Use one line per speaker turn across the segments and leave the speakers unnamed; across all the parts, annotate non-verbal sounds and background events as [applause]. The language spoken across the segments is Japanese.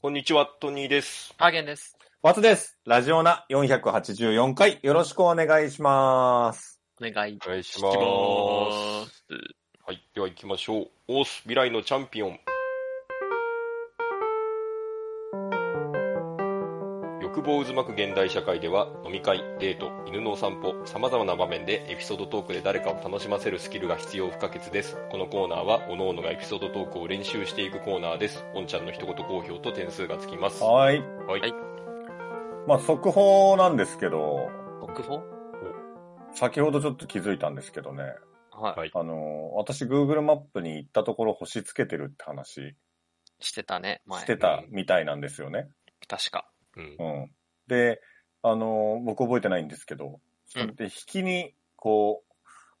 こんにちは、トニーです。
ハーゲンです。
ワツです。ラジオナ484回、よろしくお願いします。
お願いし
お願いし
ま
ます。
す。
はい、では行きましょう。オース未来のチャンピオン。欲望渦巻く現代社会では飲み会、デート、犬のお散歩、様々な場面でエピソードトークで誰かを楽しませるスキルが必要不可欠です。このコーナーは、各々がエピソードトークを練習していくコーナーです。おんちゃんの一言好評と点数がつきます。は
はい。
い。
はい
まあ、速報なんですけど、
国宝
先ほどちょっと気づいたんですけどね、
は
あのー、私 Google マップに行ったところ星つけてるって話
い。してたね、前。
してたみたいなんですよね。
確か。
うん
うん。で、あのー、僕覚えてないんですけど、
うん
で、引きに、こ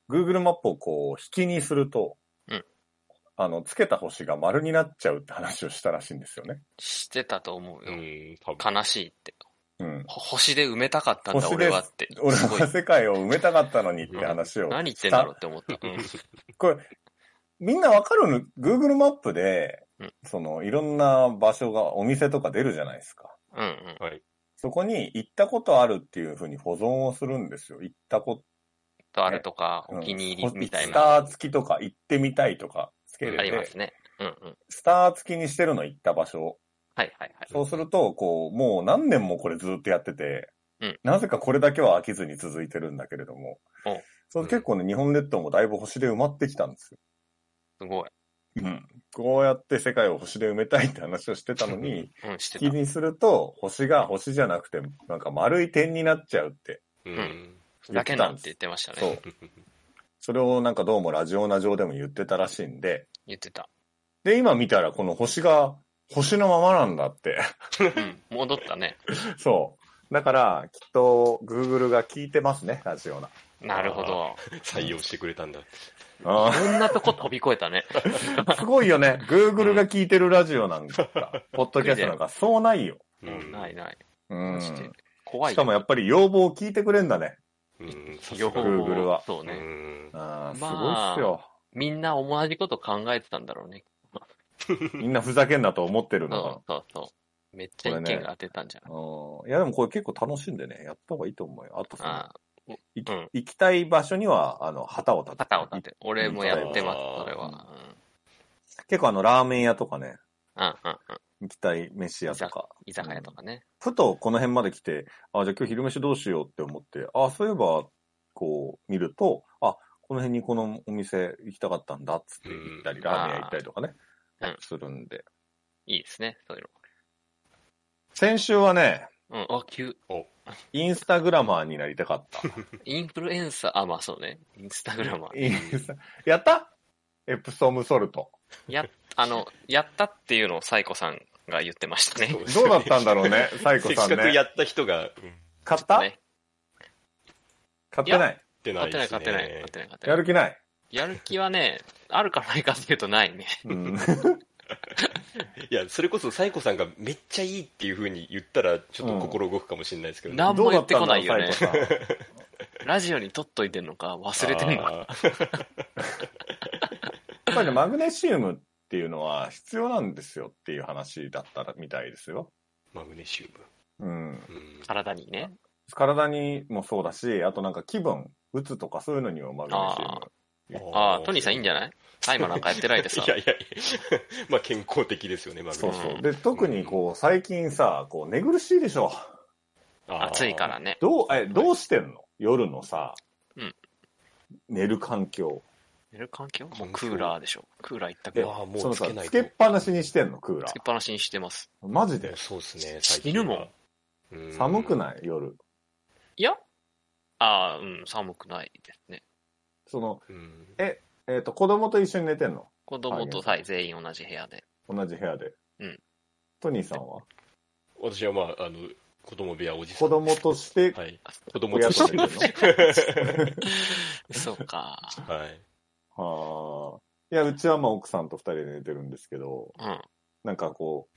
う、Google マップをこう、引きにすると、
うん
あの、つけた星が丸になっちゃうって話をしたらしいんですよね。
してたと思う
う
よ。
ん、多分。
悲しいって。
うん。
ほ星で埋めたかったんだ、
星
俺
で
はって。
俺
すごい
は。世界を埋めたかったのにって話を。
何言ってんだろうって思った。うん
これ、みんなわかるの ?Google マップで、
うん
その、いろんな場所が、お店とか出るじゃないですか。
うんうん。
はい。
そこに行ったことあるっていうふうに保存をするんですよ。行ったこと、
とあるとか、
うん
お気に入りみたい
ス
な。
ター付きとか、行ってみたいとか、つけ
ー
れ
ありま
て、
すね。うんうん。
スター付きにしてるの行った場所。
はいはいはい。
そうすると、こう、もう何年もこれずっとやってて、
うん
なぜかこれだけは飽きずに続いてるんだけれども
お、
そう
うん
結構ね、日本列島もだいぶ星で埋まってきたんですよ
すごい。
うん、こうやって世界を星で埋めたいって話をしてたのに、
うん、して
気
た。
にすると、星が星じゃなくて、なんか丸い点になっちゃうって。
うんん。
だけなんて言ってました
そ
ね
う。。それをなんかどうもラジオナ上でも言ってたらしいんで、
言ってた。
で、今見たらこの星が星のままなんだって。 [laughs]
うん。戻ったね。
そう。だから、きっと、Google が聞いてますね、ラジオナ。
なるほど。
採用してくれたんだ。
あ
こんなとこ飛び越えたね。
ーすごいよね。Google が聞いてるラジ
[laughs]
オなんか、ポッドキャストなんか、そうないよ。
うん
ないない。
うん。
マジで
し
怖いよ。
かもやっぱり要望を聞いてくれんだね。
うん、さす
両
が
方
Google は
そうね。
うん
ああ、すごい
まあ
っすよ。
みんな同じこと考えてたんだろうね。
みんなふざけんなと思ってる
そ
の
う
か
そうそう。めっちゃ意見が当てたんじゃない、
な。うんいや、でもこれ結構楽しんでね、やった方がいいと思うよ。あとその
ああ、
い
うん
行きたい場所には、あの、旗を立て
肩を立て。俺もやってます、
あー
それは。
結構あの、ラーメン屋とかね、
うん、うん、うんうん。
行きたい飯屋とか。
居酒屋とかね。
ふとこの辺まで来て、あ、じゃあ今日昼飯どうしようって思って、あ、そういえば、こう、見ると、あ、この辺にこのお店行きたかったんだっつって行ったり、
うん
ラーメン屋行ったりとかね
うん、
するんで。
いいですね、そういう
先週はね、
の。うん、あ、急。
インスタグラマーになりたかった。
インフルエンサー、あ、まあそうね。インスタグラマー。
いいですやったエプソムソルト。
や、あの、やったっていうのをサイコさんが言ってましたね。
どうだ [laughs] ったんだろうね、サイ
せ
コ
っ
さん
かくや
ね。
った人が、うん
買った、
ね
買ってない。
ってない
勝
で
て
すね。
ない、勝てない、勝てない、勝てな
や
い。
る気ない。
やる気はね、あるかないかっていうとないね。
うん、
いや、それこそ、サイコさんがめっちゃいいっていう風に言ったら、ちょっと心動くかもしれないですけどね。
なあんま言ってこないよ
どう
ね
だったんだろうサイコさん
ラジオに撮っといてんのか忘れてんのか。
あー
やっぱりね、マグネシウムっていうのは必要なんですよっていう話だったみたいですよ。
マグネシウ
うん、
ム。うん
体にね。
体にもそうだし、あとなんか気分、うつとかそういうのにもマグネシウム。
ああ、トニーさんいいんじゃない大麻なんかやってないで
[laughs]
さ
い。やいやいや、まあ健康的ですよね、マグネシ
そ
ウ
う
ム。
そう。で、特にこう、最近さ、こう、寝苦しいでしょ。
あー
暑いから。ね。
どう、え、どうしてんの夜のさ、
うん
寝る環境。
寝る環境もう
環
ク
境
ーラーでしょ。クーラー一択
で
う。わーも
そうの
つ
さ
けない
つ
と
けっぱなしにしてんの、クーラ
つけっぱなしにしてます。
ー。マジ
もう
で
そうですね、
死ぬもん
最近は。
寒く
い
ない夜。
いやああ、うん、寒くないですね。
その、
うん
えっ、と、子供と一緒に寝てんの
子供とさえ全員同じ部屋で。
同じ部屋で。
うん
トニーさんは
私はまあ、あの、子供部屋おじさん。
子供として、
はい
あ。
子供
親
と
と
して
寝てんの
ね。 [laughs]
そうか。
はい。
はあ。いや、うちはまあ奥さんと二人で寝てるんですけど、
うん。
なんかこ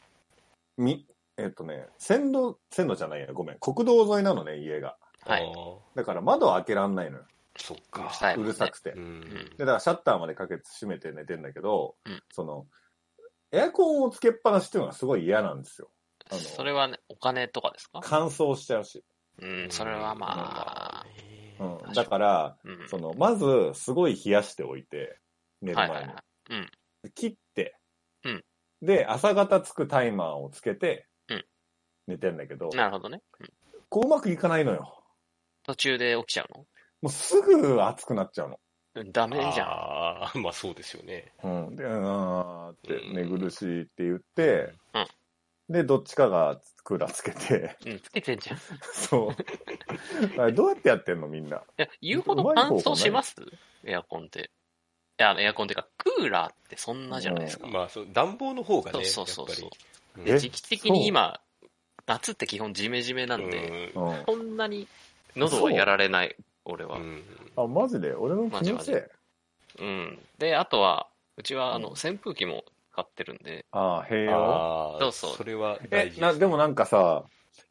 う、み、えっ、とね、線路、線路じゃないや、ごめん。国道沿いなのね、家が。
はい。
あー。
だから窓は開けらんないのよ。
そっ
うる
か。
さいも
うん
ね
るさくて。
うん
で、だからシャッターまでかけて閉めて寝てんだけど、
うん
その、エアコンをつけっぱなしっていうのがすごい嫌なんですよ。あの
それはね、お金とかですか
乾燥しちゃうし。
うん、それはまあ、
う
うん
ん、だから、
うん。
その、まず、すごい冷やしておいて、寝る
は
前
い
に。
はいはい。うん。
切って、
うん
で、朝方つくタイマーをつけて、
うん
寝てんだけど、
なるほどね。うん
こううまくいかないのよ。
途中で起きちゃう
もうすぐ暑くなっちゃうの。
のダメじゃん。
ああ、まあそうですよね。
うん、で、うーんって
うん
寝苦しいって言って、
うん
で、どっちかがクーラーつけて、 [laughs]
うん、つけてんじゃん。い
そう。あれどうやってやってんのみんな。
や、言うほど
うまい方
乾
法
燥しますエアコンって。いや、エアコンっていうか、クーラーってそんなじゃないですか。
まあそう、暖房の方がね、
そうそうそうそ
や
う
っぱり。
え
時期的に今、夏って基本ジメジメなんで、
で、
うん。
そんなに喉はやられない、俺は
う。ん
あ、マジで俺の気の
マジ
せい
マ。うん。で、あとは、うちは、あの、
うん
扇風機も買ってるんで、
ああ、併用。
ああ、
そうそう
それは大
え
事、
な、でもなんかさ、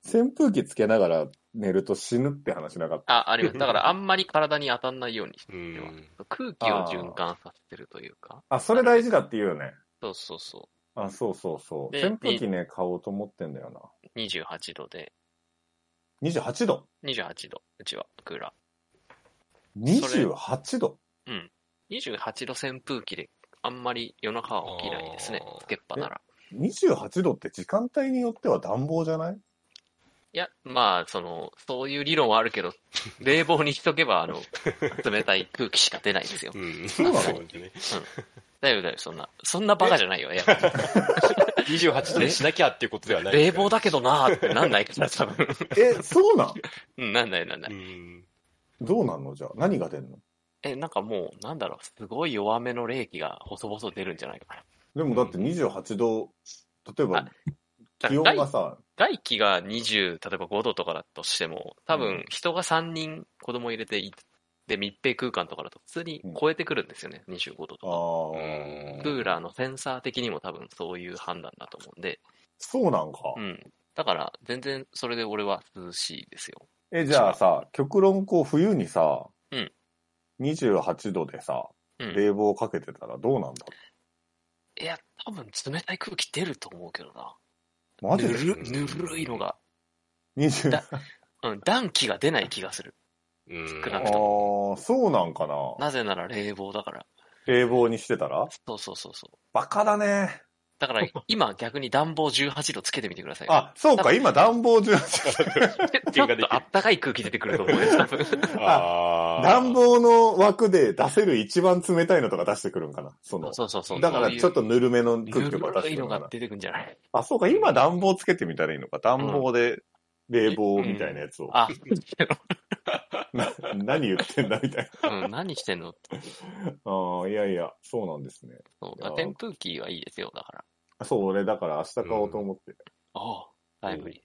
扇風機つけながら寝ると死ぬって話なかった。
あ、あります。だから、あんまり体に当たんないようにして
う
ます
ん。
空気を循環させてるというか。
あ、それ大事だって言うよね。
そうそうそ
あ、そうそうそう。
で
扇風機ね、買おうと思ってんだよ
う。28度で、
な。28度
28度、うちは、クーラ
?28 度
ー。28度扇風機で、あんまり夜中は起きないですね
あー。
つけっぱなら。
?28 度って時間帯によっては暖房じゃ [laughs] ない
いや、まあ、その、そういう理論はある
[laughs]
けど、冷房にしとけば、あの、冷たい空気しか出ないですよ。
うん、
そうなの
ですね。
だいぶだいぶ、そんな、そんなバカじゃないよ、エ
[laughs]
アコン
28度にしなきゃっていうことではない
冷房だけどなーってなんないから、多分。
え、そうなん
うん、なんないなんない。
うん。
どうなんのじゃあ。何が出んの
え、なんかもう、なんだろう、すごい弱めの冷気が細々出るんじゃないかな。
でもだって28度、例えば
だか
気温
ら
がさ、
外外気が20、例えば5度とかだとしても、多
う
分
ん
人が3人子供入れていて密閉空間とかだと普通に超えてくるんですよね、25度と
あ
か。
ー
うん
クーラーのセンサー的にも多分そういう判断だと思うんで、
そうなんか。
うん。だから全然それで俺は涼しいですよ。
え、じゃあさ、極論こう冬にさ、
うん
28度でさ、
うん。
冷房かけてたらどうなんだ
いや、多分冷たい空気出ると思うけどな。
マ
ぬ
ジで
る、ぬるいのが。
?20
だうん、暖気が出ない気がする。
うん
少
あ
な
あ
くと
ー、そうなんかな。
なぜなら冷房だから。
冷房にしてたら
そうそうそうそう。
バカだね。
だ
[laughs]
から今逆に暖房18度つけてみてください。
あ、そ
多
うか、
分
今暖房中。
ちょっとあったかい空気出てくると思うよ、多 [laughs] 分。
あー
暖房の枠で出せる一番冷たいのとか出してくるんかなその。
そうそうそう。
だからちょっ
と
とぬるめの空気とか出し
黒
て
い
くる
の
んか
が
な
出てくるんじゃない
あ、そうか、今暖房つけてみたらいいのか。暖房で冷房みたいなやつを。
あ、
な何言ってんだみたい
[laughs] うん、何してんのって
な。ああ、いやいや、そうなんですね。
そうだから扇風機はいいですよ、だから。
そう、俺だから明日買おうと思って。
ああ、タイムリ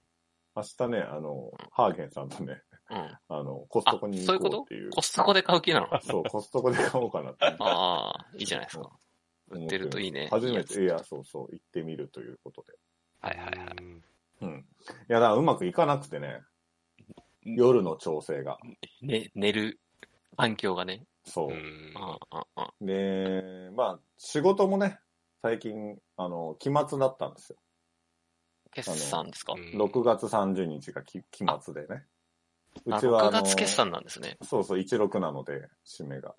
明日ね、あの、ハーゲンさんとね、
ー。うん。
あの、コストコに行こうっていう。
コストコで買う気なのあ
そう、コストコで買おうかなって思って。
あ、いいじゃないですか。
うん
[laughs] 売ってるといいね。
初めて、
いい
い
や
や、そうそう、行ってみるということ
つ。はいはいはい。
うん
で。うん。いや、だからうまくいかなくてね、夜の調整が。
ね、寝る環境がね。
そうう。
ん
ああ、ああ、
で、まあ、仕事もね、最近、あの、期末だったんですよ。
決算ですか
うん
6月30日がき期末でね。う
あ
ちは、あ
6
の
月決算なんですね。
そうそう、16なので、締めが。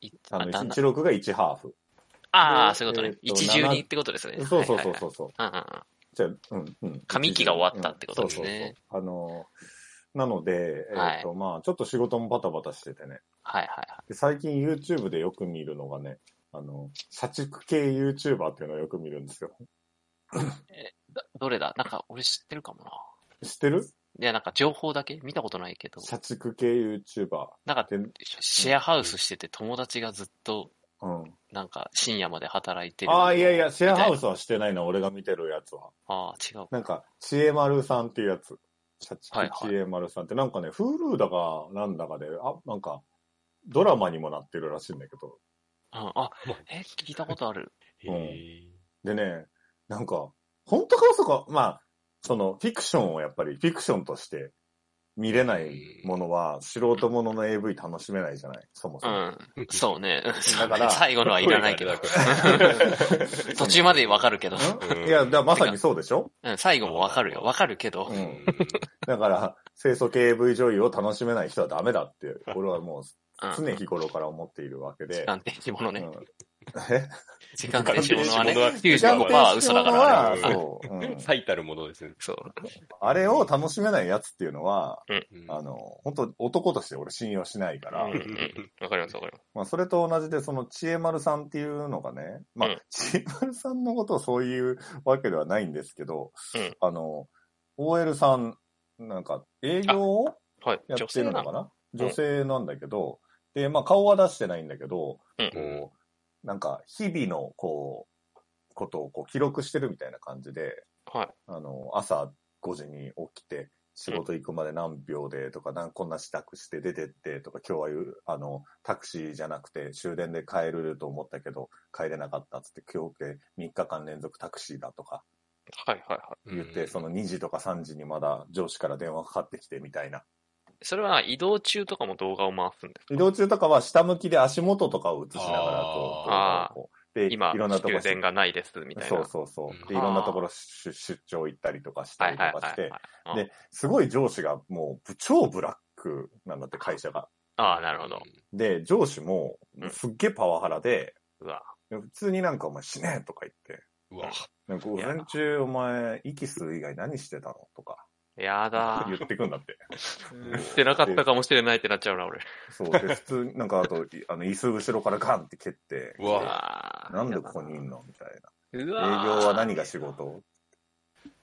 い
あ
あ
の、
だんだん
16が1ハーフ。
あ
で
あ、そういうことね。
えーと
一重にってことですね。
そうそう
はいはい
そう
はい
そうそう。
うんうんうん
じゃあ、うん、うん。
紙機が終わったってことですね
うんそうそうそうあのー、なので、えっ、
はい
と、まあ、ちょっと仕事もバタバタしててね。
はいはいはい。
で最近 YouTube でよく見るのがね、あの、社畜系 YouTuber っていうのをよく見るんですよ。
だどれだなんか俺知ってるかもな。
知ってる
いや、なんか情報だけ見たことないけど。
社畜系 YouTuber。
なんか
で、
シェアハウスしてて友達がずっと
うん。
なんか深夜まで働いてる。
ああ、いやいや、シェアハウ
ス。
スはしてないな、俺が見てるやつは。
ああ、違う。
なんか、ちえまるさんっていうやつ。社畜
はいはい
ちえまるさんって、なんかね、Hulu だか、なんだかで、あ、なんか、ドラマにもなってるらしいんだけど。
うん、
[laughs]
あ、え、聞いたことある。
うん
へ
でね、なんか、本当か嘘か、まあ、その、フィクションをやっぱり、フィクションとして見れないものは、素人ものの AV 楽しめないじゃないそもそうも。
ん。そうね。
だか
[laughs]
ら
最後のはいらない
[laughs]
けど。途中までわかるけど。
うん
いや、だからまさにそうでしょ
うん、最後もわかるよ。わかるけど
う。ん。だから、清楚系 AV 女優を楽しめない人はダメだって、俺はもう
うん。
常日頃から思っているわけ
時
で。
間停止ものね。
うんえ
時間停止ものはね、
時間停
時
止
95%
間
もの
は嘘だから。あ
停
れは
止ものはそううん
最たるものですね。
そう。
あれを楽しめないやつっていうのは、
うん
あの、本当男として俺信用しないから、
うんうん。わかりますわかります。
まあ、それと同じで、その、知恵丸さんっていうのがね、まあ
うん、
知恵丸さんのことをそういうわけではないんですけど、
うん
あの、OL さん、なんか、営業を
はい。女
やって
性
る
な
の
の
かな
女
女性なんだけど、で、まあ、顔は出してないんだけど、
うん
こう、なんか、日々の、こう、ことをこう記録してるみたいな感じで、
はい。
あの、朝5時に起きて、仕事行くまで何秒でとか、なんこんな支度して出てってとか、今日はゆあの、タクシーじゃなくて終電で帰ると思ったけど、帰れなかったっつって、今日で3日間連続タクシーだとか
はいはいは
うん
言って、その2時とか3時にまだ上司から電話かかってきてみたいな。
い。それは移動中とかも動画を回すんです
移動中とかは下向きで足元とかを映しながらこう、
あー
こうで、い
今、
ろんなと
終
こ
電がないです、みたいな。
そうそうそう。で、い
うん
ろんなところ出出張行ったりとかした
はい
り
はい
と
は
かし
い
て
はい、。
で、すごい上司がもう超ブラックなんだって会社が。
ああ、なるほど。。
で、上司も
うん
すっげえパワハラで、
うわ。
普通になんかお前死ねとか言って、
うわ。
なんか午前中お前息吸う以外何してたのとか
やだ
言ってくんだって。
ー。してなかったかもしれないってなっちゃうな、俺。
そう。で、普通になんかあと、いあの椅子後ろからガンって蹴って、
うわ。
わー
なんでここにいんのみたいな。
う
営
わー
業は何が仕事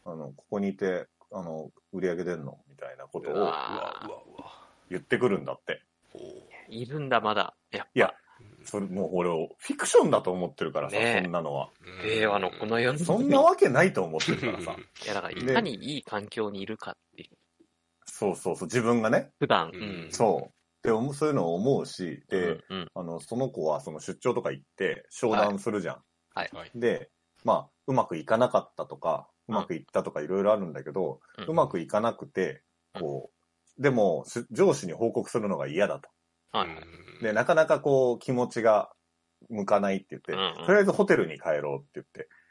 あの、ここにいて、あの、売り上げ出んのみたいなこと
う
を
うわ
わ。
うわうわ。
言ってくるんだって。
おー
ーいるんだ、まだ。やっぱ
いやそれ、もう俺をフィクションだと思ってるからさ、
ねえ
そんなのは。
令和のこの世の。
そんなわけないと思ってる
[laughs]
からさ。
いや、だから、
ね
いかにいい環境にいるかっていう。
そうそうそう、自分がね、
普段。
うん
そう。で、おもそういうのを思うし、
うん。
で、
うん。
あの、その子はその出張とか行って商談するじゃん。
はい。
で、まあ、うまくいかなかったとか、うまくいったとかいろいろあるんだけど、
う
うんまくいかなくて、こう、でも、す上司に報告するのが嫌だと。
はいはい。
い
で、なかなかこう、気持ちが向かないって言って、
うんうん
とりあえずホテルに帰ろうって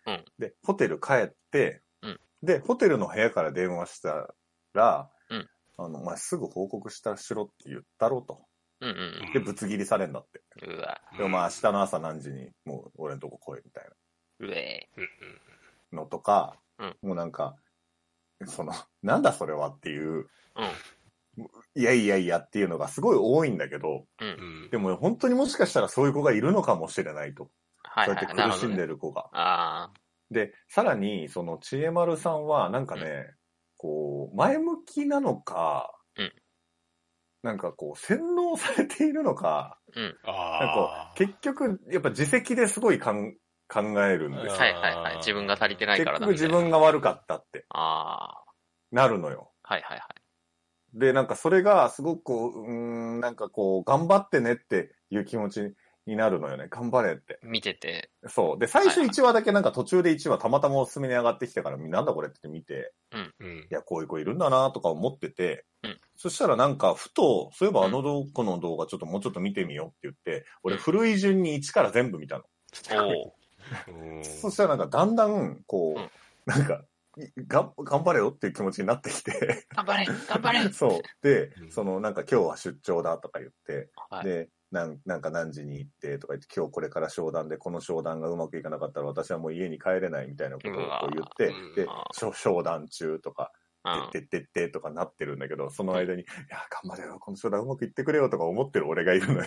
言って、で、ホテル帰って、
うん
で、ホテルの部屋から電話したら、
うん
あの、お前すぐ報告したしろって言ったろと。
うんうん
で、ぶつ切りされんだって。
うん。うわ。
で、お前明日の朝何時に、もう俺のとこ来いみたいう
え
うん
なのとか、
うん
もうなんか、その、なんだそれはっていう、
うん
いやいやいやっていうのがすごい多いんだけど、
うんうん
でも本当にもしかしたらそういう子がいるのかもしれないと。
はい
そう
はい
やって
はい。なる
苦
ほ
し
ど
ん
ね。
でる子が。
あ
で、さらに、その、ちえまるさんは、なんかね、こう、前向きなのか、
うん
なんかこう、洗脳されているのか、なん
ああ。
か結局、やっぱ自責ですごいかん考えるんです
あ。
よ。
はいはいはい。自分が足りてない
結
からだ
局
みた
自
いな。
分が悪かったって
ああ。
なるのよ。
はいはいはい。
で、なんかそれがすごくこう、うーん、なんかこう、頑張ってねっていう気持ちになるのよね。頑張れって。
見てて。
そう。で、最初
はいはい
1話だけなんか途中で1話たまたまおすすめに上がってきたから、なんだこれって見て、
うん
い。や、こういう子いるんだなとか思ってて、
うん
そしたらなんか、ふと、そういえばあのどこの動画ちょっともうちょっと見てみようって言って、俺古い順に1から全部見たの。
お
うん
そしたらなんかだんだん、こう、
うん
なんか、いが頑張れよっていう気持ちになってきて、
頑張れ頑張れ
[laughs] そう。で
う、ん
そのなんか今日は出張だとか言って、
はい。
でなん、なんか何時に行ってとか言って、今日これから商談で、この商談がうまくいかなかったら私はもう家に帰れないみたいなことをこう言って
うわ、
で
うん、
しょ商談中とか、
うん
てってってってとかなってるんだけど、その間に、いや、頑張れよ、この商談うまくいってくれよとか思ってる俺がいるのよ。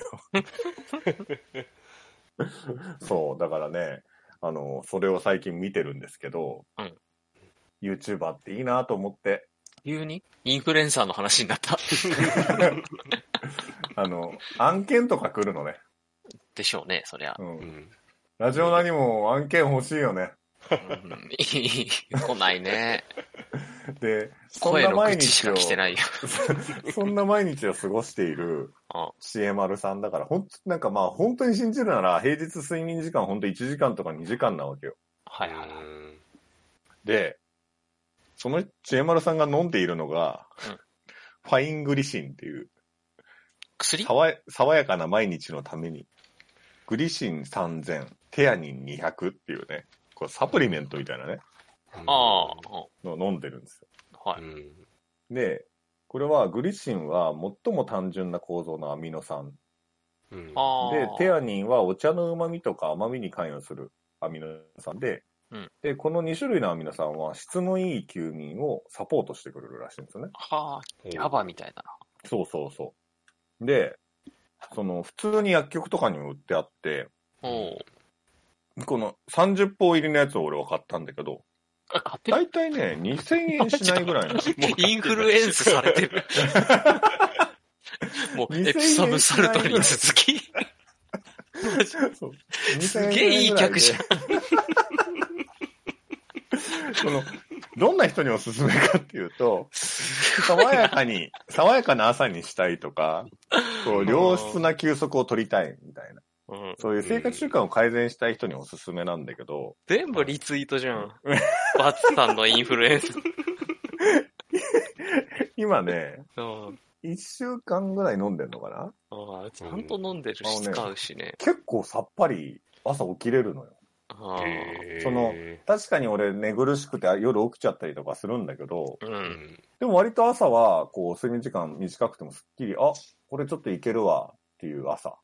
そう、だからね、あの、それを最近見てるんですけど、
うん
ユー YouTuber っていいなと思って、
急にインフルエンサーの話になった。
あの、案件とか来るのね。
でしょうね、そりゃ。
うん
うん
ラジオ何も案件欲しいよね。
うん [laughs] 来ないね。
で、そん
声
な
の
毎
口し
日
か
を、
来てないよ。
[laughs] そんな毎日を過ごしている
あ
知恵丸さんだから、ほんと、なんかまあ本当に信じるなら、平日睡眠時間ほんと1時間とか2時間なわけよ。
はいはいはい。
で、その知恵丸さんが飲んでいるのが、ファイングリシンっていう、
薬
爽や爽やかな毎日のために、グリシン3000、テアニン200っていうね、これサプリメントみたいなね、
ああ、
のを飲んでるんですよ。
は
う
い。
ん。
で、これはグリシンは最も単純な構造のアミノ酸。
うん。
ああ。
で、テアニンはお茶の旨味とか甘みに関与するアミノ酸で、
うん
で、この2種類のアミノ酸は質のいい休眠をサポートしてくれるらしいんですよね。
はあ、
ほう
ギャバみたいだな。
そうそうそう。で、その普通に薬局とかにも売ってあって、
おう
この30本入りのやつを俺は買ったんだけど、
あ勝
[laughs]
手に
だいたいね、2000円しないぐらい [laughs] の。
インフルエンスされてる。もう、エプソムサルトに続き。
[laughs] そう
すげえいい客じゃん。 [laughs]
ん。その、どんな人におすすめかっていうと、爽やかに、爽やかな朝にしたいとか、こう良質な休息を取りたいみたいな。
うん
そういう生活習慣を改善したい人におすすめなんだけど、
全部リツイートじゃん。バツさんのインフルエンス。
今ね、
うん
1週間ぐらい飲んでんのかな
ああちゃんと飲んでる
あの
し、
ね
使うしね。
結構さっぱり朝起きれるのよ。
ああ
へー
その確かに俺寝苦しくて夜起きちゃったりとかするんだけど、
う。
うんん。
でも割と朝は、こう、睡眠時間短くてもすっきり、あ、これちょっといけるわっていう朝。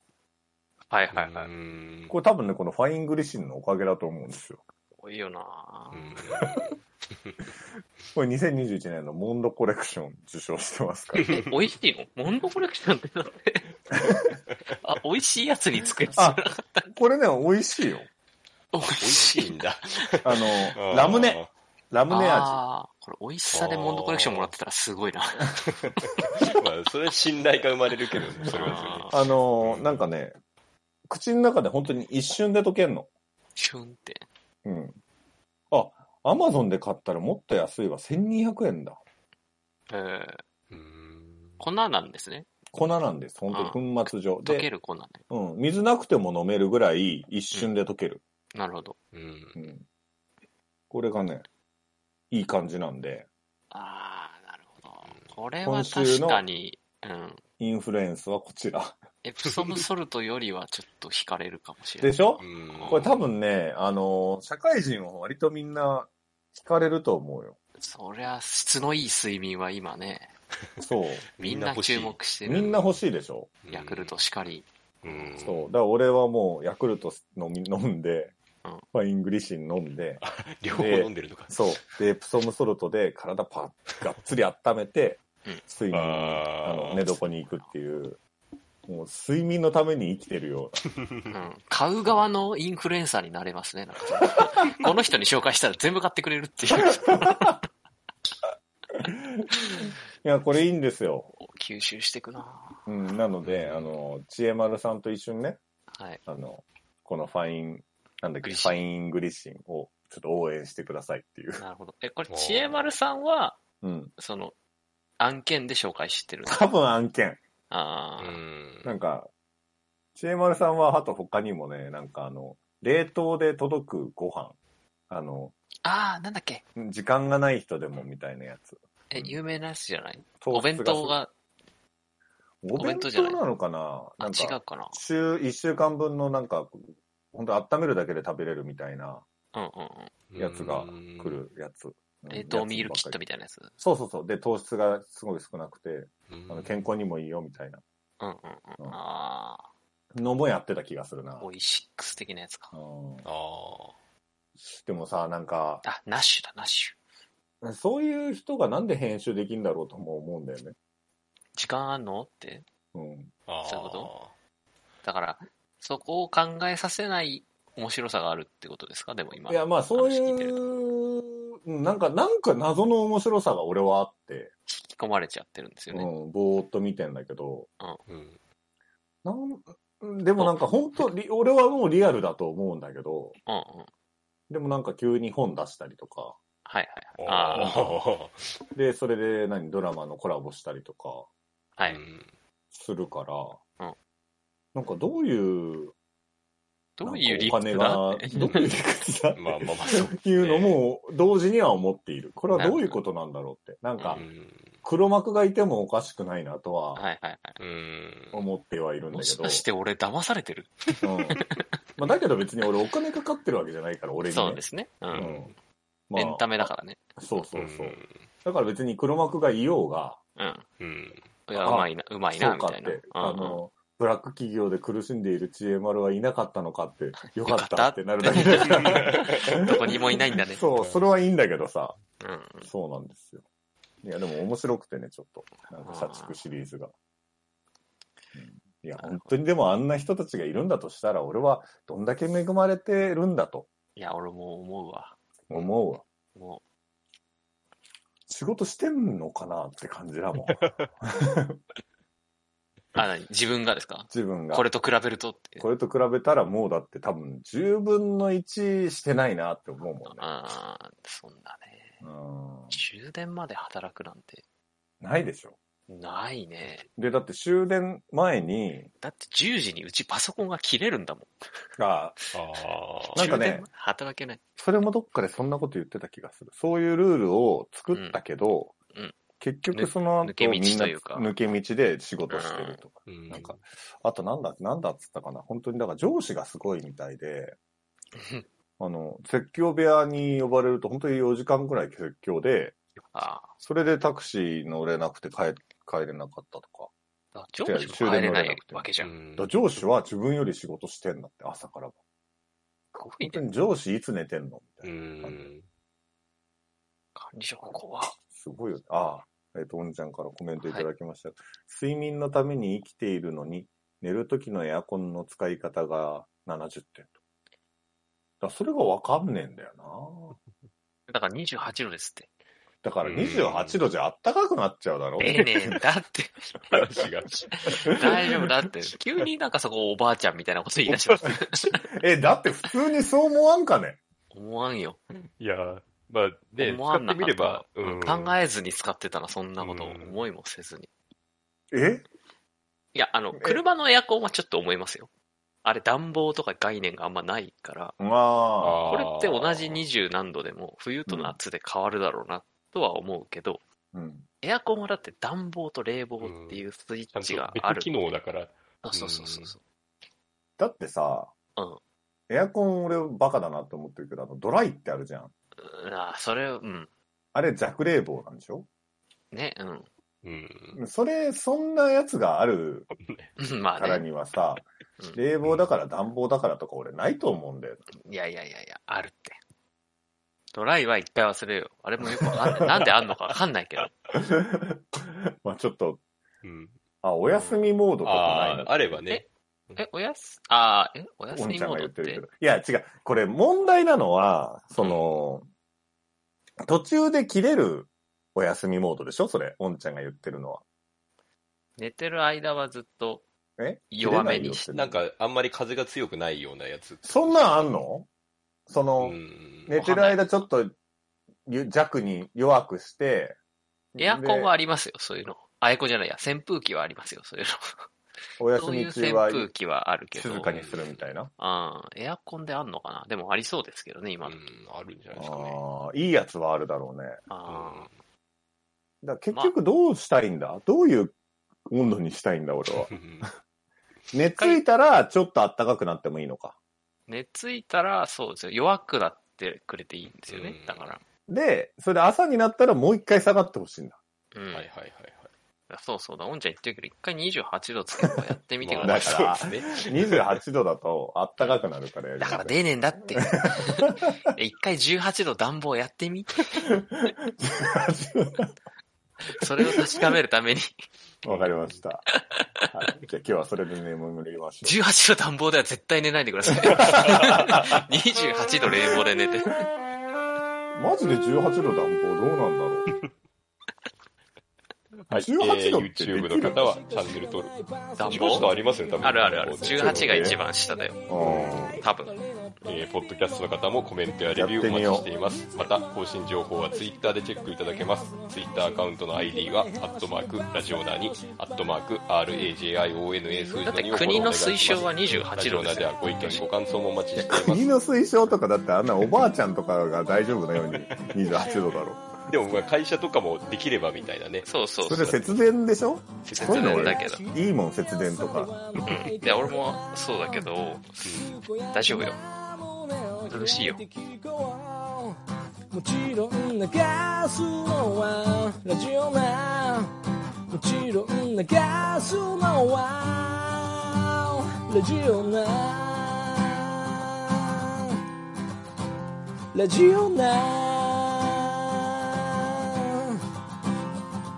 はいはいはい。
うん
これ多分ね、このファイングリシンのおかげだと思うんですよ。
多いよな
これ2021年のモンドコレクション [laughs] 受賞してますから。
え、美味し
[laughs]
いのモンドコレクションってなんであ、美味しいやつに作る
あ、これね、美味しいよ。
美
美
味
味
し
しい
い。
んだ。
あ
あ
の、
ー
[laughs] ラムネ、。ラムネ味。
ああ、これ美味しさでモンドコレクションもらってたらすごい
[laughs]
な。
まあ、それは信頼が生まれるけどね、それは
あ
あの、なんかね、口の中で本当に一瞬で溶けんの。
シュンって。
うん。あ、アマゾンで買ったらもっと安いわ。1200円だ。
えー、
それでうん
粉なんですね。
粉なんです。本当に粉末状。
溶け
で、
る粉ね。
うん、水なくても飲めるぐらい一瞬で溶ける。
なるほど。
うん。
うん。これがね、いい感じなんで、
ああ、なるほど。これは確かに、うん。
インフルエンスはこちら。
エプソムソルトよりはちょっと惹かれるかもしれ
で
ない。
しょ
うん
これ多分ね、あのー社会人は割とみんな惹かれると思うよ。
そりゃ、質のいい睡眠は今ね、
そう。
みんな注目して
み
る。
んな欲しいでしょ、
ヤクルトしかり。
うん。
そう。だから俺はもうヤクルト飲み、飲んで、
うん
ファイングリシン飲んで、
両方飲んでるのか。
そう。で、エプソムソルトで体パッ、がっつり温めて
うん、
睡眠、あ
あ
の、
ー
寝床に行くっていう、もう睡眠のために生きてるよ
うん買う側のインフルエンサーになれますね。なんかこの人に紹介したら全部買ってくれるっていう。
うな。いや、これいいんですよ。
吸収していくな
うん、なので、
うん
あの、知恵丸さんと一緒にね、
はい。
あの、このファイン、なんだ
グ
っけ、
リ
フ
シン
ァイングリシンをちょっと応援してくださいっていう。
なるほど。え、これ、知恵丸さんは、
うん。
その、案件で紹介してるんだ
多分案件。
あ
う
ー
ん。
なんか、知恵丸さんは、あと他にもね、なんかあの、冷凍で届くご飯。あの、
あー、なんだっけ。
時間がない人でもみたいなやつ。
え、有名なやつじゃない
糖
お
質
弁当が、
すごい。お
お弁
弁
当じゃな
当
い
なのかな
あ、
なん
違
か、
うかな。
週、一週間分のなんか、本当温めるだけで食べれるみたいな
うんうんうん。
やつが来るやつ。うん
冷凍ミールキット
やつばっかり
みたいなやつ。
そうそうそう。で、糖質がすごい少なくて、
うん。
あの健康にもいいよみたいな
うんうんう
うん
ん。あ
のもやってた気がするな
ー、。オイシックス的なやつか。
うん
ああ。
でもさ、なんか、
あ、ナッシュだ、ナッシュ。
そういう人がなんで編集できるんだろうとも思うんだよね。
時間あんのって。
うん。
あー
そういうことだから、そこを考えさせない面白さがあるってことですかでも今。
いや、まあそうい
話聞いてると
う、うんなんか、なんか謎の面白さが俺はあって、
引き込まれちゃってるんですよ
う
ね。
ん、ぼーっと見てんだけど、
うん。
なんでもなんか本当、リ俺はもうリアルだと思うんだけど、
うんうん。はい
でもなんか急に本出したりとか、
はいはい。
あ
あ
ー。
で、それで何、ドラマのコラボしたりとか、
あ。はいう
ん
するから、
うん
なんかどういう
どういう理
なん
屈
か
だ [laughs]
お金が、どういう理屈だ
まあまあまあ、そう。
っていうのも同時には思っている。これはどういうことなんだろうって。な
あ
んか
う、ん。
黒幕がいてもおかしくないなとは
はいはいはい。
うん。
思ってはいるんだ
も
け
し
ど。
かして俺騙されてる
うんまあ、だけど別に俺お金かかってるわけじゃないから、俺にね、
そうですね。う。
うんん。まあ
エンタメだからね。
そうそうそうう。
ん
だから別に黒幕がいようが、
うん。
うん。
いや、
あ
うまいな、うまい
そ
な、
う
み
かったて
いな。うん、
あの、ブラック企業で苦しんでいる知恵丸はいなかったのかって、よか
[laughs] よか
った
っ
ったてなるだけだか
うん
ら
どこにもいないんだ [laughs] ね。
[laughs] そう、それはいいんだけどさ、
うん。
そうなんですよ。いや、でも面白くてね、ちょっと、なんか社畜シリーズが。うんいや、本当にでもあんな人たちがいるんだとしたら、俺はどんだけ恵まれてるんだと
いや、俺も思うわ。
思うわ。
も
仕事してんのかなって感じ
[laughs]
だもん。
う、あ、何自分がですか
自分が。
これと比べるとって。
これと比べたらもうだって多分10分の1してないなって思うもんね。
ああ、そんなね。
う
終電まで働くなんて、
ん。ないでしょ。
ないね。
で、だって終電前に、
だって10時にうちパソコンが切れるんだもん。
が、
ああ。
なんかね
終電まで働けない。
それもどっかでそんなこと言ってた気がする。そういうルールを作ったけど、
うんうん
結局その後
ぬ抜け道
みんな
というか
抜け道で仕事してるとか。
うん
なんか、あとなんだ、なんだっつったかな。本当にだから上司がすごいみたいで、あの、説教部屋に呼ばれると本当に4時間くらい説教で、
あ
それでタクシー乗れなくて帰帰れなかったとか。
あ。上司も帰れないわけじゃ。
うんん
だから上司は自分より仕事してんだって、朝からも。
すごい
本当
ね。
に上司いつ寝てんのみ
う
たいな。
ん。
管理職怖
すごいよね。ああ、えっ、と、おんちゃんからコメントいただきました。睡眠のために生きているのに、寝る時のエアコンの使い方が70点と。だからそれがわかんねえんだよな。
だから28度ですって。
だから28度じゃあったかくなっちゃうだろ。
ええねんだって。
[laughs] 話が。
大丈夫だって。急になんかそこおばあちゃんみたいなこと言い出します。
[laughs]
[laughs] え、だって普通にそう思わんかね。
思わんよ。
いや、まあ、ね、
思
使
わ
っ
ん
て
なか
み
っ
れ
た。
ば、うん
考えずに使ってたな、そんなこと
うん
思いもせずに。
え
いや、あの、
え
車のエアコンはちょっと思いますよ。あれ、暖房とか概念があんまないから、
まあ、
これって同じ二十何度でも、冬と夏で変わるだろうな、とは思うけど、
うん。
エアコンはだって暖房と冷房っていうスイッ
ち
チ
ゃ
が
んと
あ
別
る。
機能だから。
あそうそうそうそう。
だってさ、
うん
エアコン俺バカだなと思ってるけど、あのドライってあるじゃん。
うんあそれ、うん。
あれ弱冷房なんでしょ
ね、うん
うん。
[laughs] それ、そんなやつがある
うん。ま
か
あ
ら
ね。
にはさ、
うん
冷房だから暖房だからとか俺ないと思うんだよ。
いやいやいやいや、あるって。ドライは一回忘れよう。あれもよくわかんない。なんであんのかわかんないけど。
まあちょっと、
うん。
あ、お休みモードとか
あ
ない
あ、あればね。
え、おやす、あーえ、お
お
休
ん
み
ちゃん
モ
が
ードっ
言ってるけ
て
ど。。いや、違う。これ問題なのは、その、途中で切れるお休みモードでしょそれ、おんちゃんが言ってるのは。
寝てる間はずっと
え
弱めにして
切れいよって
なんか、あんまり風が強くないようなやつ。
そんなんあんのそうの、
ん。
寝てる間ちょっとゆ弱に弱くして、
エアコン
で
はありますよ、そういうの。あ、エアコンじゃないや、扇風機はありますよ、そういう
お
の。
休
そうい
み
う
中
扇
は
風機はあるけど。
静かにするみたいな。
あーエアコンであんのかなでもありそうですけどね、
う
今の。
ん、あるんじゃないですかね。。
ああ、いいやつはあるだろうね。
あー
だから結局どうしたいんだ、どういう温度にしたいんだ俺は
[laughs] うん
寝ついたらちょっと暖かくなってもいいのか。
寝ついたら、そうですよ。弱くなってくれていいんですよね
う。ん
だから。
で、それで朝になったらもう一回下がってほしいんだ。
うん。
はいはい
い
はいはい。
やそうそうだ。おんちゃん言ってるけど、一回28度つけばやってみてく
ま
だ
あ
さい。
だから
そうですね
28度だと暖かくなるからやり
だ
ましょ
から
う
出ねえんだって。
[laughs]
え一回18度暖房やってみ。
18
それを確かめるために、
度 [laughs] わかりました。はい、じゃあ今日はそれで眠りましょ
18度暖房では絶対寝ないでください。28度冷房で寝て。
う。マジで18度暖房どうなんだろう。
はい、え
18
ー
度ってできる
YouTube の方はチャンネル登録。
暖
自己紹介
房
ありますよ、多分。
あるあるある。
え
18が一番下だよ。
うん
多分。
ーポッドキャストの方もコメントやレビューお待ちしています。また、更新情報は Twitter でチェックいただけます。Twitter アカウントの ID は、アットマーク、ラジオナーに、アットマーク、RAJIONA 数字
だ
の
って
2をフォローお願いします。
国の推奨は28度
ラジオナ
で
ー
す
では
よ。
ご意見、ご感想もお待ちしています
国。の推奨とかだってあんなおばあちゃんとかが大丈夫なように28度だろ。
でも、まあ会社とかもできればみたいなね。
そうそう
そ
そう
れ。節電でしょ
節
節電だけど。
いいもん節電とか。
うん。で、俺もそうだけど、大丈夫よ。苦しいよ。
もちろん流すのはラジオなもちろん流すのはラジオなラジオな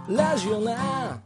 ラジオな